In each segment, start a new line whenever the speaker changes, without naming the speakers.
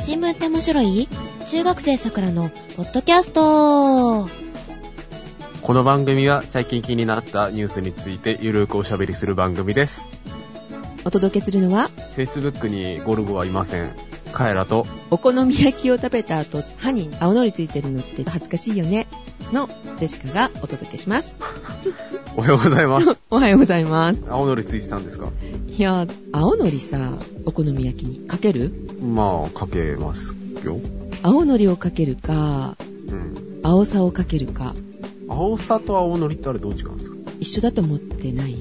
新聞って面白い中学生さくらのポッドキャスト
この番組は最近気になったニュースについてゆるくおしゃべりする番組です。
お届けするのは
Facebook にゴルゴはいません。カエラと、
お好み焼きを食べた後歯に青のりついてるのって恥ずかしいよねのジェシカがお届けします
おはようございます。
おはようございます
青のりついてたんですか
いや青のりさお好み焼きにかける
まあ、かけますよ。
青のりをかけるか
うん。
青さをかけるか
青さと青のりってあれどっちかなんですか
一緒だと思ってない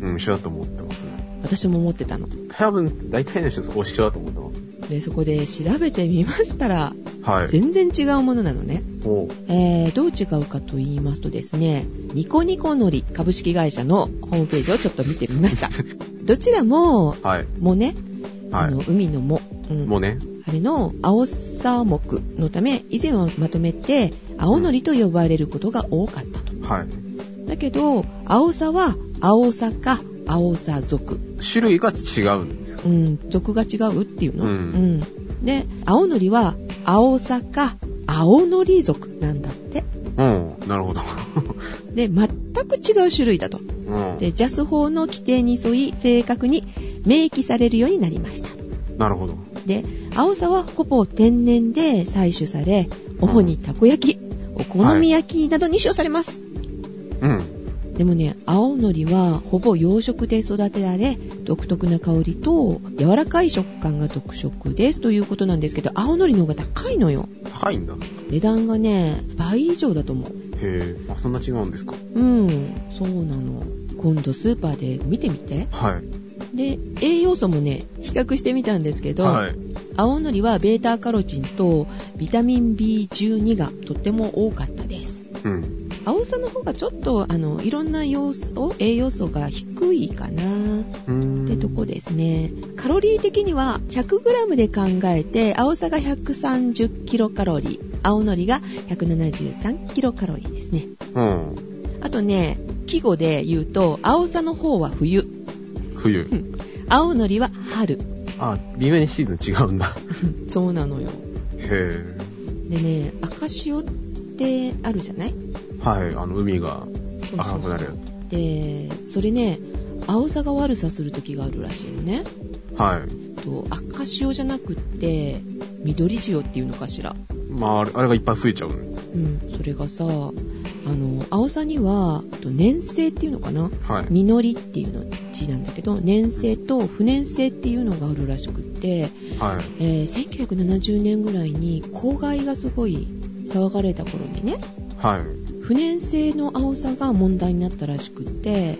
うん、一緒だと思ってますね。
私も思ってたの
多分、大体の人そこ一緒だと思って
でそこで調べてみましたら
ます。はい。
全然違うものなのね、
おう
えー、どう違うかと言いますとですねニコニコのり株式会社のホームページをちょっと見てみました どちらも
はい。
もねあ
は
の
い。
海のも、うん
もうね。
あれの青さ木のため以前はまとめて青のりと呼ばれることが多かったと
はい。
だけど青さは青さか青さ族、
種類が違うんですか
うん、族が違うっていうの、
うん
うんで青のりは青さか青のり族なんだって
うん。なるほど。
で全く違う種類だと
うん。
でジャス法の規定に沿い正確に明記されるようになりました
なるほど。
で青さはほぼ天然で採取され主にたこ焼き、お好み焼きなどに使用されます、
うん。
でもね青のりはほぼ養殖で育てられ独特な香りと柔らかい食感が特色ですということなんですけど青のりの方が高いのよ
高いんだ。へ
値段がね倍以上だと思う
え。あ、そんな違うんですか
うんそうなの今度スーパーで見てみて
はい。
で栄養素もね比較してみたんですけど、
はい。
青のりはベータカロチンとビタミン B12 がとっても多かったです
うん。
青さの方がちょっとあのいろんな要素栄養素が低いかなっ
うーん
てとこですねカロリー的には 100g で考えて青さが 130kcal 青のりが 173kcal ですね
うん。
あとね季語で言うと青さの方は冬
冬。
青のりは春
あ、微妙にシーズン違うんだ。
そうなのよ
へえ。
でね赤潮ってあるじゃない
はい、あの、海が
そうそ
赤
うそ
く
う
なるや
でそれね青さが悪さする時があるらしいのね
つ。はい。
と赤潮じゃなくって緑潮っていうのかしら
まあ、あれあれがいっぱい増えちゃう。
うんそれがさあの青さにはと粘性っていうのかな
はい。
実りっていうの字なんだけど粘性と不粘性っていうのがあるらしくって、
は
え
い。
ー1970年ぐらいに公害がすごい騒がれた頃にね
はい。
不粘性の青さが問題になったらしくって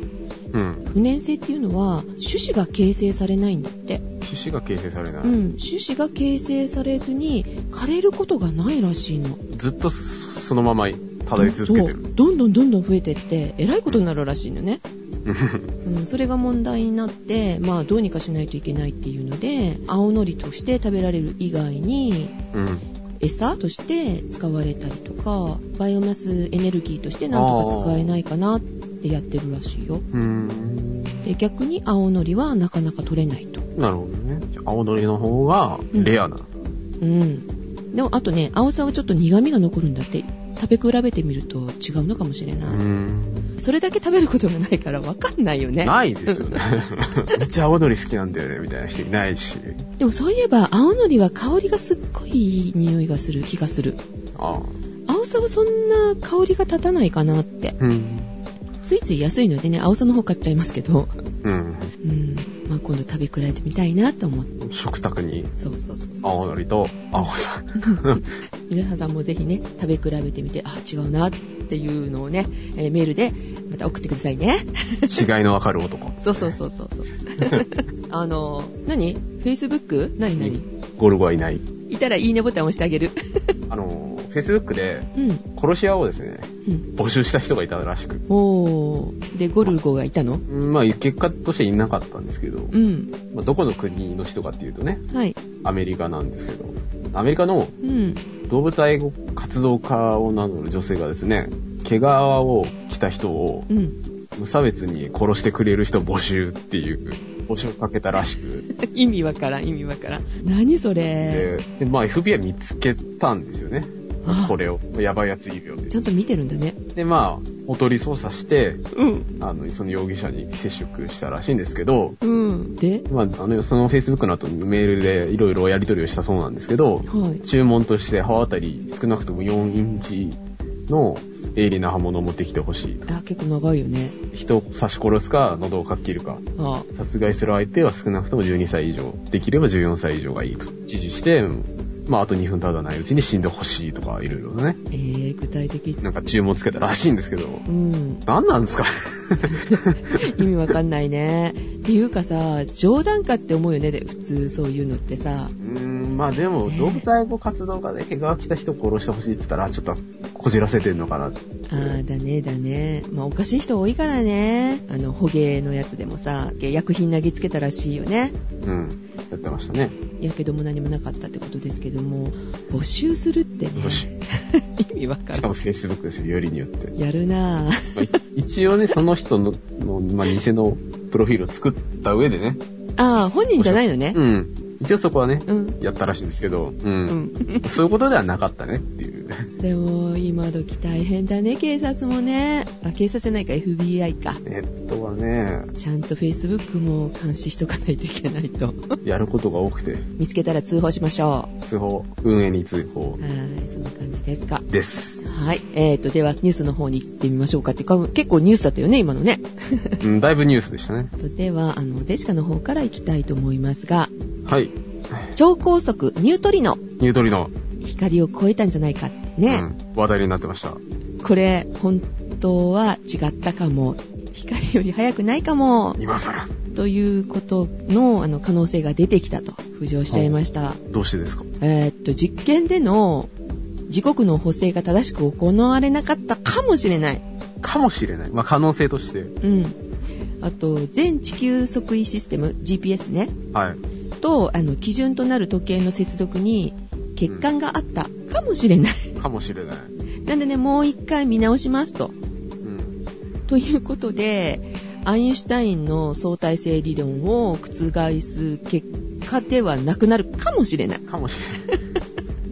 うん。
不粘性っていうのは種子が形成されないんだって、
種子が形成されない。
うん、種子が形成されずに枯れることがないらしいの
ずっとそそのまま漂い続けて
そう
る。
どんどんどんどん増えてってえらいことになるらしいのね、うん、それが問題になってまあどうにかしないといけないっていうので青のりとして食べられる以外に
うん。
餌として使われたりとかバイオマスエネルギーとしてなんとか使えないかなってやってるらしいよ
うーん。
で逆に青のりはなかなか取れないと
なるほどね。じゃあ青のりの方がレアな。
うん。でも、あとね、青さはちょっと苦味が残るんだって。食べ比べてみると違うのかもしれ
う
ない。
ーん。
それだけ食べることがないから分かんないよね。
ないです よね。めっちゃ青のり好きなんだよね、みたいな人いないし。
でもそういえば、青のりは香りがすっごいいい匂いがする気がする。
ああ。
青さはそんな香りが立たないかなって。
うん。
ついつい安いのでね、青さの方買っちゃいますけど。
うん。
うん。まあ今度食べ比べてみたいなと思って。
食卓に
そうそうそうそう。
青のりと青さ。
皆さんもぜひね、食べ比べてみて、あ、違うなっていうのをね、えーメールでまた送ってくださいね。
違いのわかる男。
そうそうそうそう そう。あの、何 ?Facebook? 何何
ゴルゴはいない。
いたらいいねボタン押してあげる。
あの、Facebook で
うん。
殺し屋をですね、
うん。
募集した人がいたらしく。
おー。で、ゴルゴがいたの
まあ、結果としていなかったんですけど、
うん。
まあ、どこの国の人かっていうとね、
はい。
アメリカなんですけど、アメリカの
うん。
動物愛護活動家を名乗る女性がですね、毛皮を着た人を
うん。
無差別に殺してくれる人募集っていう募集かけたらしく、
意味わからん、意味わからん。何それ。
で、でまあ FBI 見つけたんですよね。
あ
これを。やばいやついるよって
ち。ゃんと見てるんだね。
で、まあ、おとり捜査して、
うん。
あの、その容疑者に接触したらしいんですけど、
うん。で
まあ、あの、その Facebook の後にメールでいろいろやり取りをしたそうなんですけど、
はい。
注文として刃渡り少なくとも4インチの鋭利な刃物を持ってきてほしいと。
あ、結構長いよね。
人を刺し殺すか、喉をかっ切るか。
あ
殺害する相手は少なくとも12歳以上。できれば14歳以上がいいと。指示して、まあ、あと2分経たないうちに死んでほしいとか、いろいろね。
えー、具体的。
なんか注文つけたらしいんですけど、
うん。
何なんですかね
意味わかんないね。っていうかさ、冗談かって思うよね、で普通そういうのってさ。
うーん、まあでも、動物愛護活動家で怪我を来た人を殺してほしいって言ったら、ちょっとこじらせてんのかなって。
あーだねだね。まあおかしい人多いからね。あの、捕鯨のやつでもさ、薬品投げつけたらしいよね。
うん。やってましたね。
やけども何もなかったってことですけども、募集するってね。
よし。
意味わか
し
んな
か
い。
も Facebook ですよ、よりによって。
やるなぁ。
まあい一応ね、その人の、のまあ、偽のプロフィールを作った上でね。
ああ、本人じゃないのね。
うん。一応そこはね、
うん。
やったらしいんですけど、う。
うんん。
そういうことではなかったねっていう。
でも、今時大変だね、警察もね。あ、警察じゃないか、FBI か。
ネットはね、
ちゃんと Facebook も監視しとかないといけないと。
やることが多くて、
見つけたら通報しましょ
通報、運営に通報
う。はい、そんな感じですか。
です。
はい。えーと、では、ニュースの方に行ってみましょうかってか、結構ニュースだったよね、今の ね。
うん、だいぶニュースでしたね。
では、あの、デシカの方から行きたいと思いますが、
はい。
超高速ニュートリノ、
ニュートリノ。
光を超えたんじゃないかって
う
ね。
ん、話題になってました。
これ、本当は違ったかも。光より速くないかも。
今更。
ということの、あの、可能性が出てきたと浮上しちゃいました。
どうしてですか
えーっと、実験での時刻の補正が正しく行われなかったかもしれない。
かもしれない。まあ、可能性として。
うん。あと、全地球測位システム、GPS ね、
はい。
と、あの、基準となる時計の接続に欠陥があったかもしれない。
かもしれない。
なんでね、もう一回見直しますと。
うん。
ということで、アインシュタインの相対性理論を覆す結果ではなくなるかもしれない。
かもしれ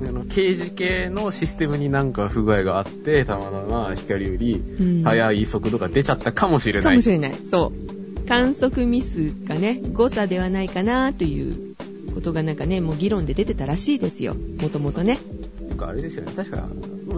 ない。 あの、刑事系のシステムになんか不具合があって、たまたま光より
うん
速い速度が出ちゃったかもしれ
か
ない。
もしれない。そう。観測ミスかね、誤差ではないかなということがなんかね、もう議論で出てたらしいですよ。もともとね。
なんかあれですよね。確か、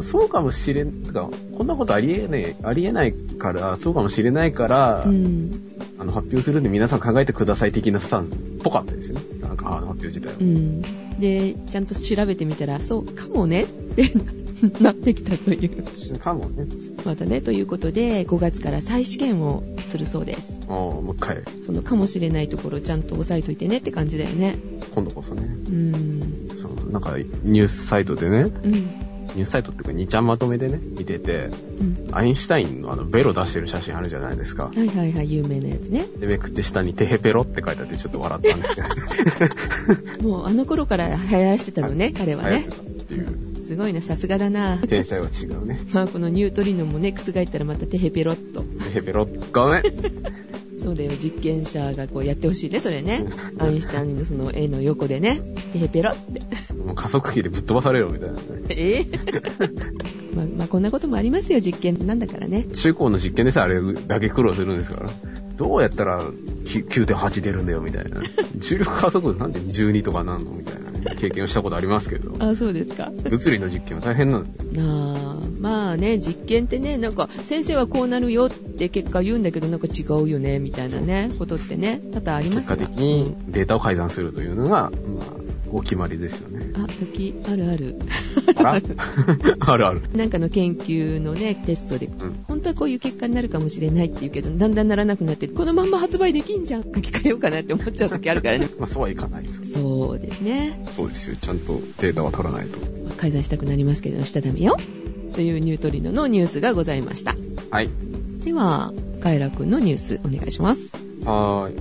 そうかもしれん、とか、こんなことありえねえ、ありえないから、そうかもしれないから、
うん。
あの、発表するんで皆さん考えてください的なスタンスっぽかったですよね。なんか、あの発表自体は。
うん。で、ちゃんと調べてみたら、そうかもねってなってきたという。
かもね。
またね、ということで、5月から再試験をするそうです。
ああ、もう一回、
そのかもしれないところをちゃんと押さえといてねって感じだよね。
今度こそね。
うん。
そうなんか、ニュースサイトでね、
うん。
ニュースサイトっていうか、2ちゃんまとめでね、見てて、
うん。
アインシュタインのあの、ベロ出してる写真あるじゃないですか。
はいはいはい、有名なやつね。
で、めくって下にテヘペロって書いてあって、ちょっと笑った んですけど、
もうあの頃から流行らせてたのね、彼は
流行っ
ね
て。たっていう、
すごいな、さすがだな。
天才は違うね。
まあこのニュートリノもね、覆ったらまたテヘペロっと。
テヘペロ、ごめん。
そうだよ、実験者がこうやってほしいね、それ ね。アインシュタインのその絵の横でね、テヘペロって。
もう加速器でぶっ飛ばされろみたいなね。
えー まあ、まあこんなこともありますよ、実験なんだからね。
中高の実験でさ、あれだけ苦労するんですから。どうやったら9 9.8出るんだよみたいな。重力加速度なんで12とかなんのみたいなね、経験をしたことありますけど。
あ、そうですか。
物理の実験は大変なんです。
あーまあね実験ってねなんか先生はこうなるよって結果言うんだけどなんか違うよねみたいなねことってね多々ありま
結
すが
果的にデータを改ざんするというのが、まあ、お決まりですよね。
うんあ時あるある
あら あるある。
なんかの研究のねテストで
うん。
本当はこういう結果になるかもしれないっていうけどだんだんならなくなってこのまんま発売できんじゃん書き換えようかなって思っちゃう時あるからね
まあ、そうはいかないと。
そうですね
そうですよ。ちゃんとデータは取らないと。
まあ改ざんしたくなりますけどしたらダメよというニュートリノのニュースがございました
はい。
ではカイラくんのニュースお願いします
はーい。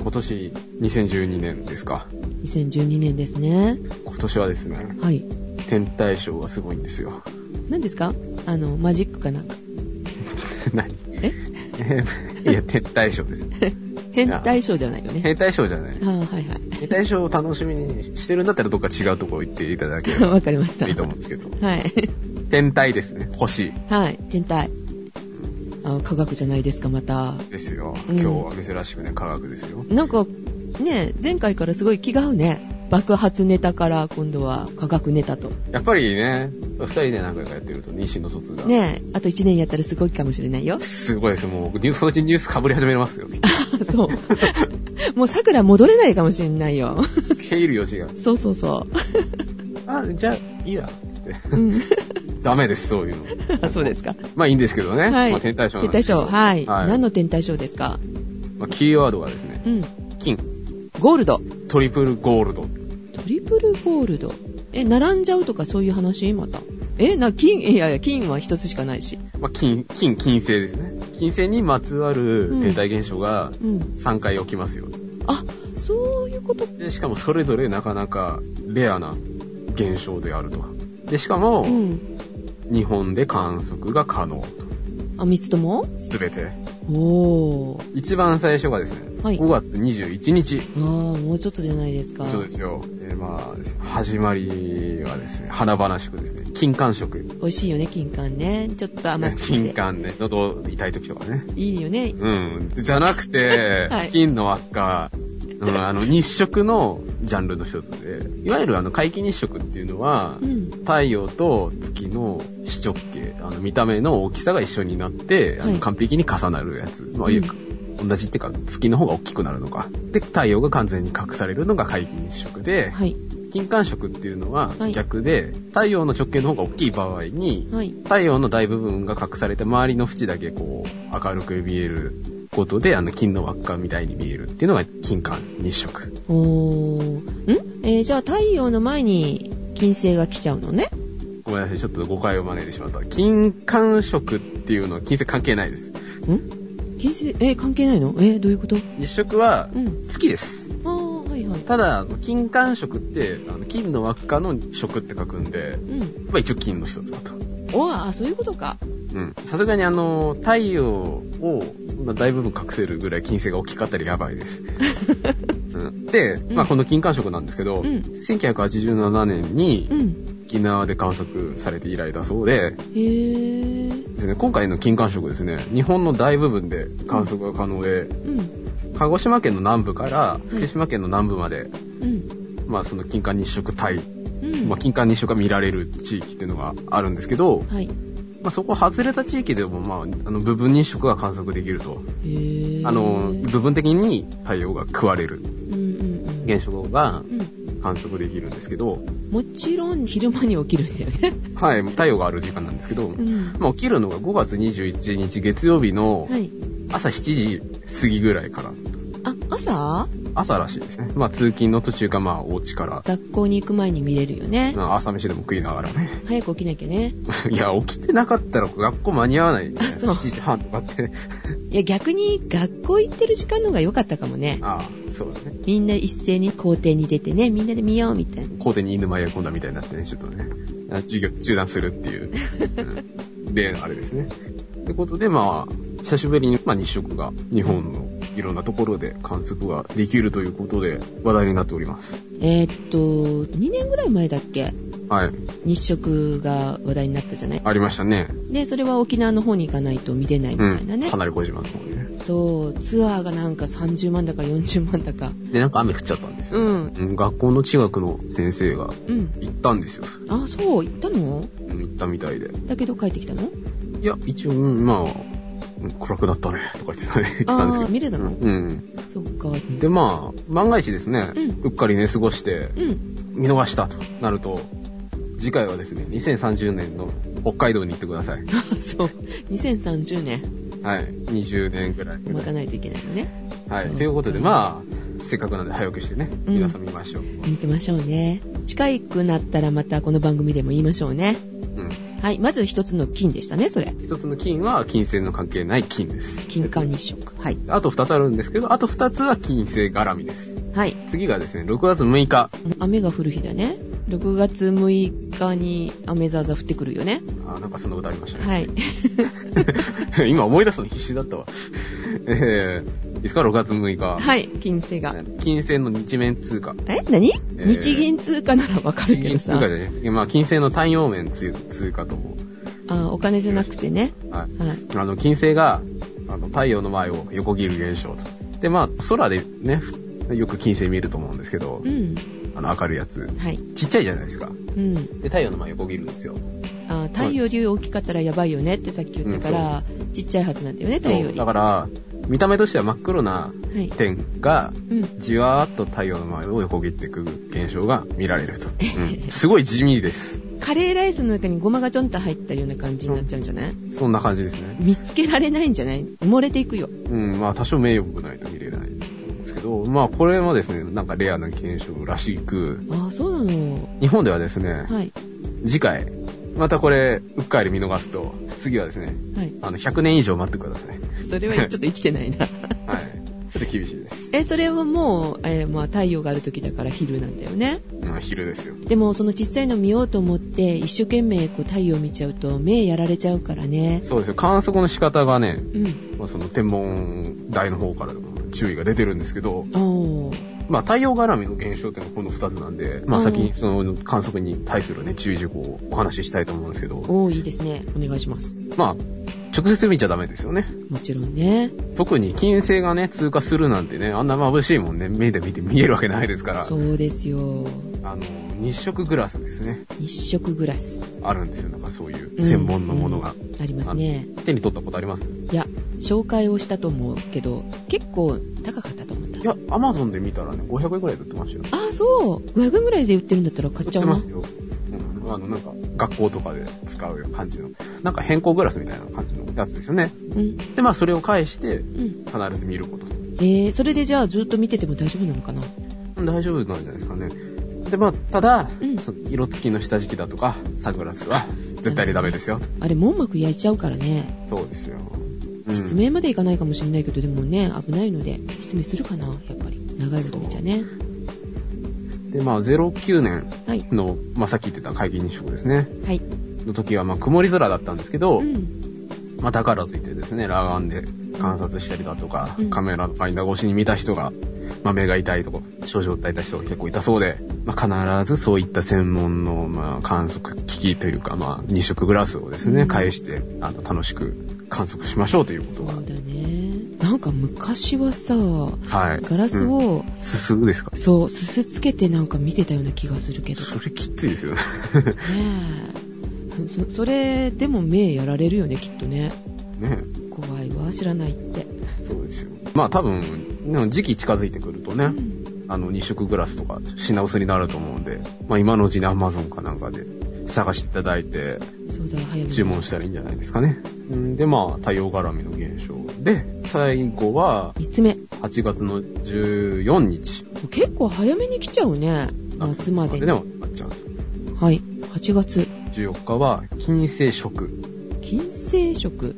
今年、2012年ですか。
2012年ですね
今年はですね、
はい
天体ショーがすごいんですよ。
何ですかあの、マジックかなんか。
何
え
えーいや、撤退賞です。
変態症じゃないよね。
変態症じゃない
あ。ーはい は
変態症を楽しみにしてるんだったらどっか違うところ行っていただけれ
い。
ば
わかりました。
いいと思うんですけど。
はい。
天体ですね。星
はい。天体。あ科学じゃないですか、また。
ですよ。
うん
今日は珍しくね、科学ですよ。
なんか、ね、前回からすごい気が合うね。爆発ネタから今度は科学ネタと。
やっぱりね、二人で何回かやってると妊娠の卒が。。
ねあと1年やったらすごいかもしれないよ
すごいです。もう、ニュースそのうちニュース被り始めます よ。
そう。もう桜戻れないかもしれないよ。
消える余地が。
そうそうそ
あ、じゃあ、いいや。つって。
う。うん。
ダメです、そういうの。
あそうですか。
まあいいんですけどね。
はい
まあ、天体ショー
天体ショー。はい。
はい
何の天体ショーですか
まあ、キーワードがですね、
うん。
金、
ゴールド。
トリプルゴールド。
トリプルゴールド。え、並んじゃうとかそういう話また。え、な、金、いやいや、金は一つしかないし。
まあ、金、金、金星ですね。金星にまつわる天体現象が
うん。
3回起きますよ。
あ、そういうこと。
で、しかもそれぞれなかなかレアな現象であると。で、しかも
う、ん。
日本で観測が可能
あ、三つとも
と。すべて。
おー。
一番最初がですね、
はい
5月21日。
あー、もうちょっとじゃないですか。
そうですよ。えーまあ、始まりはですね、華々しくですね、金環食。
美味しいよね、金柑ね。ちょっと甘くて。
金。環ね、喉痛い時とかね。
いいよね。、
うん。じゃなくて
はい
金の輪っか、うんあの、日食のジャンルの一つで、いわゆるあの、皆既日食っていうのは
う、ん。
太陽と月の視直径、あの、見た目の大きさが一緒になって、あ
はい
の完璧に重なるやつ。まあ、
うん
いや同じっていうか、月の方が大きくなるのか。で、太陽が完全に隠されるのが皆既日食で、
はい。
金環食っていうのは
はい
逆で、太陽の直径の方が大きい場合に、
はい。
太陽の大部分が隠されて周りの縁だけこう明るく見えることであの金の輪っかみたいに見えるっていうのが金環日食
おー。んえーじゃあ太陽の前に金星が来ちゃうのね。
ごめんなさいちょっと誤解を招いてしまった金環食っていうのは金星関係ないです
ん金星、えー関係ないのえーどういうこと
日食は
うん。
月です
あー、はいはい。
ただあの金環食ってあの金の輪っかの食って書くんで、
うん。
まあ、一応金の一つだと
おあ、そういうことか。
うんさすがにあの太陽をそんな大部分隠せるぐらい金星が大きかったらやば いです、うん、で、まあ、この金環食なんですけど、
うん。
1987年に
うん。
沖縄で観測されて以来だそう
へ
で
ー。
です、ね、今回の金環食ですね日本の大部分で観測が可能で、
うん。
鹿児島県の南部から福島県の南部まで、
うん。
まあ、その金環日食帯、
うん。
まあ、金環日食が見られる地域っていうのがあるんですけど、
はい。へ
まあ、そこ外れた地域でも、まあ、あの部分日食が観測できると、
ー。
あの
うん
部分的に太陽が食われる
うんうん。
現象
う
が
ん。
観測できるんですけど、
もちろん昼間に起きるんだよね。
はい、太陽がある時間なんですけど、
うん。
まあ、起きるのが5月21日月曜日の
はい。
朝7時過ぎぐらいから。
あ、朝
朝らしいですね。まあ通勤の途中かまあお家から。
学校に行く前に見れるよね。
まあ朝飯でも食いながらね。
早く起きなきゃね。
いや、起きてなかったら学校間に合わない、ね。
あ そう
7時半とかって。
いや、逆に学校行ってる時間の方が良かったかもね。
ああ、そうだね。
みんな一斉に校庭に出てね、みんなで見ようみたいな。
校庭に犬迷い込んだみたいになってね、ちょっとね。あ授業中断するっていう。うんで、あれですね。ってことで、まあ、久しぶりに、まあ、日食が日本のいろんなところで観測ができるということで話題になっております。
えーっと、2年ぐらい前だっけ
はい。
日食が話題になったじゃない
ありましたね。
で、それは沖縄の方に行かないと見れないみたいなね。
離れ小島の方でね。
そう、ツアーがなんか30万だか40万だか。
で、なんか雨降っちゃったんですよ。
うん。
うん学校の地学の先生が
うん。
行ったんですよ。
あ、そう、行ったの
うん行ったみたいで。
だけど帰ってきたの
いや、一応、うんまあ、うん暗くなったね、とか言ってたね言ってたんですけ
あ
ど
ー、。見れたの、
うん。
そっか。
うんで、まあ、万が一ですね、
う
うんっかりね、過ごして、
うん。
見逃したとなると、次回はですね、2030年の北海道に行ってくださ
あ
い。
そう。2030年、
はい。20年くらい。
待たないといけないのね。
はい
そう。
ということで、まあ、せっかくなんで早起きしてね、
うん
皆さん見ましょう。
見てましょうね。近くなったらまたこの番組でも言いましょうね。
うん。
はい、まず一つの金でしたね、それ。
一つの金は金星の関係ない金です。
金環日食。はい。
あと二つあるんですけど、あと二つは金星絡みです。
はい。
次がですね、6月6日。
雨が降る日だね。 6月6日に雨ザーザー降ってくるよね。
あーなんかそんな歌ありましたね。
はい。
今思い出すの必死だったわ。えー、いいですか ?6 月6日。
はい、金星が。
金銭の日面通貨。
え何、
えー
日銀通貨ならわかる
日
け
銀
ど
通
さ
貨じゃ。なくて、まあ、金銭の太陽面通通貨とも。
あお金じゃなくてね。
はい。
はい。
あの、金星が、あの、太陽の前を横切る現象と。で、まあ、空でね、ふよく金星見ると思うんですけど
う、ん。
あの、明るいやつ。
はい。
ちっちゃいじゃないですか。
うん。
で、太陽の前横切るんですよ。
あ太陽より大きかったらやばいよねってさっき言ったから、ちっちゃいはずなんだよね、太陽よ
そう
り。
だ
は。
から、見た目としては真っ黒ない点が、
うん。
じわーっと太陽の前を横切っていく現象が見られると。 うん、すごい地味です。
カレーライスの中にゴマがちょんと入ったような感じになっちゃうんじゃない、
そんな感じですね。
見つけられないんじゃない埋もれていくよ。
うん、まあ多少名誉もないと見れないんですけど、まあこれもですね、なんかレアな現象らしく、
ああ、そうなの。
日本ではですね、
はい。
次回、またこれ、うっかり見逃すと、次はですね、
はい。
あの、100年以上待ってください。
それは ちょっと生きてないな。
はい。ちょっと厳しいです。
え、それはもう、えーまあ太陽がある時だから昼なんだよね。
うん、昼ですよ。
でもその小さいの見ようと思って一生懸命こう太陽見ちゃうと目やられちゃうからね。
そうですよ。観測の仕方がね、
うん。
まあ、その天文台の方からでも注意が出てるんですけど、
おー。
まあ、太陽絡みの現象っていうのはこの2つなんで、まあ、
うん
先にその観測に対するね、注意事項をお話ししたいと思うんですけど、
おー、いいですね。お願いします。
まあ、直接見ちゃダメですよね。
もちろんね。
特に金星がね、通過するなんてね、あんな眩しいもんね、目で見て見えるわけないですから、
そうですよ。
あの、日食グラスですね。
一色グラス。
あるんですよ、なんかそういう専門のものが。
ありますね。
手に取ったことあります
いや、紹介をしたと思うけど、結構高かったと思った。
いや、アマゾンで見たらね、500円くらいで売ってましたよ。
ああ、そう。500円ぐらいで売ってるんだったら買っ
売っ
ちゃ
て
うな。
ますよ。うん、あの、なんか、学校とかで使うよ感じの。なんか変更グラスみたいな感じのやつですよね。
うん。
で、まあ、それを返して、
うん。
必ず見ること。
えー、それでじゃあずっと見てても大丈夫なのかな
大丈夫なんじゃないですかね。で、まあ、ただ、
うん
その色付きの下敷きだとか、サングラスは、絶対にダメですよ。
あれ、網膜焼いちゃうからね。
そうですよ。うん
失明までいかないかもしれないけど、でもね、危ないので、失明するかな、やっぱり。長いこと見ちゃね。
で、まあ、09年
はい。
の、まあ、さっき言ってた会議日食ですね。
はい。
の時は、まあ、曇り空だったんですけど、
うん。
まあ、だからといってですね、裸眼で観察したりだとか、
うん
カメラのファインダー越しに見た人が、まあ、目が痛いとか、症状を訴えた人が結構いたそうで、まあ、必ずそういった専門の、まあ、観測機器というか、まあ、日食グラスをです
う
ね、
ん
返して、あの、楽しく観測しましょうということ
そう
が。
だね。なんか昔はさ、
はい。
ガラス
うん、
を、
すすぐですか
そう、すすつけてなんか見てたような気がするけど。
それきついですよね。
ねえそそれでも目やられるよねきっとね
ね
怖いわ知らないって、
そうですよ。まあ多分、ね時期近づいてくるとね、
うん
あの、日食グラスとか品薄になると思うんで、まあ今のうちに Amazon かなんかで探していただいて、
そうだ早めに
注文したらいいんじゃないですかね。うんで、まあ、太陽絡みの現象。で、最後は、
3つ目
8月の14日。
結構早めに来ちゃうね夏までに
でも、あっちゃう。
はい8月
14日は、金星食。
金星食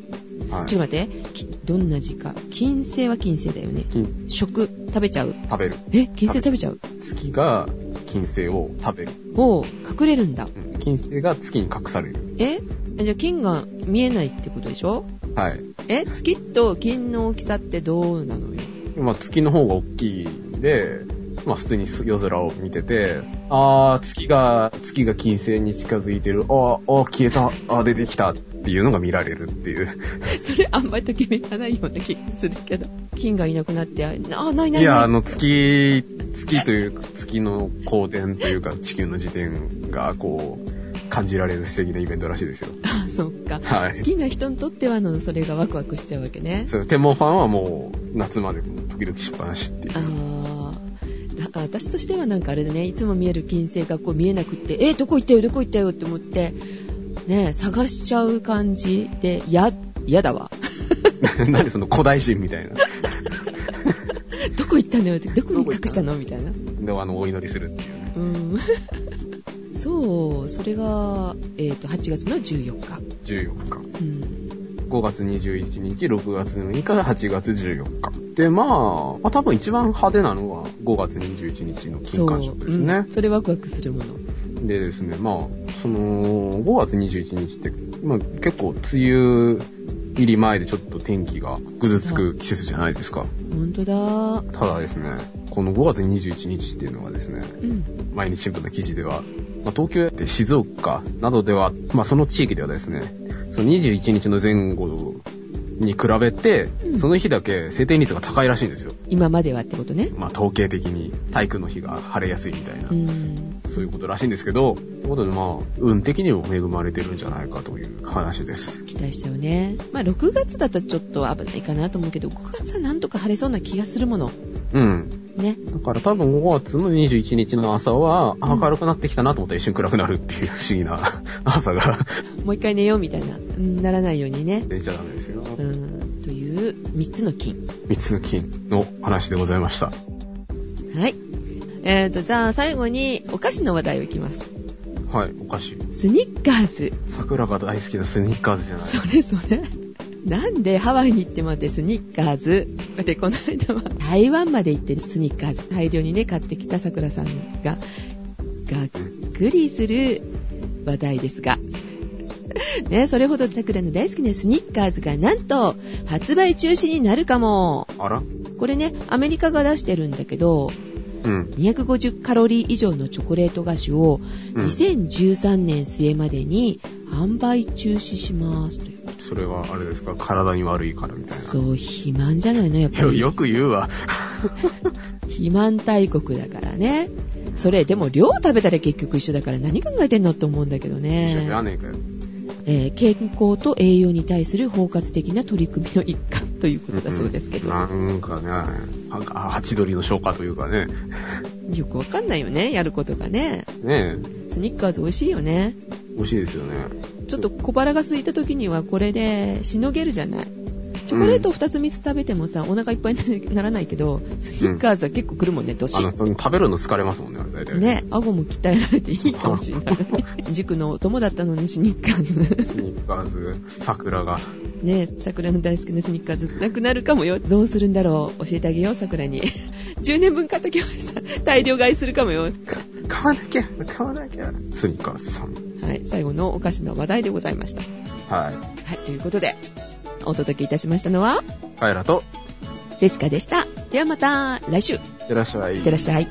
はい
ち。ょっと待ってきどんな字か金星は金星だよね
金
食食べちゃう
食べる。
え金星食べちゃう
月が金星を食べる。
おう隠れるんだ
うん金星が月に隠される。
えじゃあ金が見えないってことでしょ
はい。
え月と金の大きさってどうなのよ
まあ、月の方が大きいんで、まあ、普通に夜空を見てて、あー、月が、月が金星に近づいてる、あー、あー消えた、あー、出てきたっていうのが見られるっていう。
それあんまりときめかないような気がするけど。金がいなくなって、あ、ないないない
いや、あの、月、月というか、月の光点というか、地球の時点が、こう、感じられる素敵なイベントらしいですよ。
あ、そっか。
はい
好。きな人にとっては、あの、それがワクワクしちゃうわけね。
そう、天文ファンはもう、夏まで時々しっぱなしっていう。
あーだ私としてはなんかあれだね、いつも見える金星がこう見えなくって、えどこ行ったよ、どこ行ったよって思って、ね、探しちゃう感じで、や、嫌だわ。
何その古代人みたいな。
どこ行ったのよって、どこに隠したのみたいな。
で、あの、お祈りするっていうね。
うん。そう、それが、えっ、と、8月の14日。
14
う
日。
ん。
5月21日、6月6日、8月14日。で、まあ、まあ、多分一番派手なのは5月21日の金環食です
そう
ね
うん。それワクワクするもの。
うん、でですね、まあ、その、5月21日って、まあ結構梅雨入り前でちょっと天気がぐずつく季節じゃないですか。
ほんとだ。
ただですね、この5月21日っていうのはですね、
うん。
毎日新聞の記事では、まあ、東京やって静岡などでは、まあ、その地域ではですね、その21日の前後に比べて
う、ん
その日だけ晴天率が高いらしいんですよ。
今まではってことね。
まあ、統計的に体育の日が晴れやすいみたいな
う、ん。
そういうことらしいんですけど、ということでまあ、運的にも恵まれてるんじゃないかという話です。
期待しちゃうね。まあ、6月だったらちょっと危ないかなと思うけど、5月はなんとか晴れそうな気がするもの。
うん。
ね。
だから多分5月の21日の朝は、
うん
明るくなってきたなと思ったら一瞬暗くなるっていう不思議な朝が
もう一回寝ようみたいな、うんならないようにね。
出ちゃダメですよ。
うん。という3つの金。
三つの金の話でございました。
はい。えーと、じゃあ最後にお菓子の話題をいきます。
はい、お菓子。
スニッカーズ。
桜が大好きなスニッカーズじゃない。
それそれ。なんでハワイに行ってまでスニッカーズで、この間は台湾まで行ってスニッカーズ。大量にね、買ってきた桜さんが、がっくりする話題ですが。ね、それほど桜の大好きなスニッカーズがなんと発売中止になるかも。
あら
これね、アメリカが出してるんだけど、
うん。
250カロリー以上のチョコレート菓子を
うん。
2013年末までに販売中止しますという
それはあれですか体に悪いからみたい
そう、肥満じゃないの、やっ
な。
ぱ
よ、
り。
よく言うわ。
肥満大国だからね。それ、でも量食べたら結局一緒だから何考えてんのって思うんだけど
一緒じゃ
ね。
ねえかよ。
えー健康と栄養に対する包括的な取り組みの一環ということだそうですけど。
なんかね、なんかハチドリの消化というかね。
よくわかんないよね、やることがね。
ね
スニッカーズ美味しいよね。
え、美味しいですよね。
ちょっと小腹が空いた時にはこれでしのげるじゃない。チョコレート2つ3つ食べてもさ、お腹いっぱいにならないけど、スニッカーズは結構くるもんね、どし
あ
っ
の、食べるの疲れますもんね、あれ大体。
ね、顎も鍛えられていいかもしれない。塾のお友だったのにスニッカーズ。
スニッカーズ、桜が。
ね、桜の大好きなスニッカーズなくなるかもよ。どうするんだろう。教えてあげよう、桜に。10年分買っときました。大量買いするかもよ。
買わなきゃ買わなきゃスニッカーズさん。
はい、最後のお菓子の話題でございました。
はい。
はい、ということで、お届けいたしましたのは、
カエラと、
ジェシカでした。ではまた、来週。いっ
いってらっしゃい。
てらっしゃい。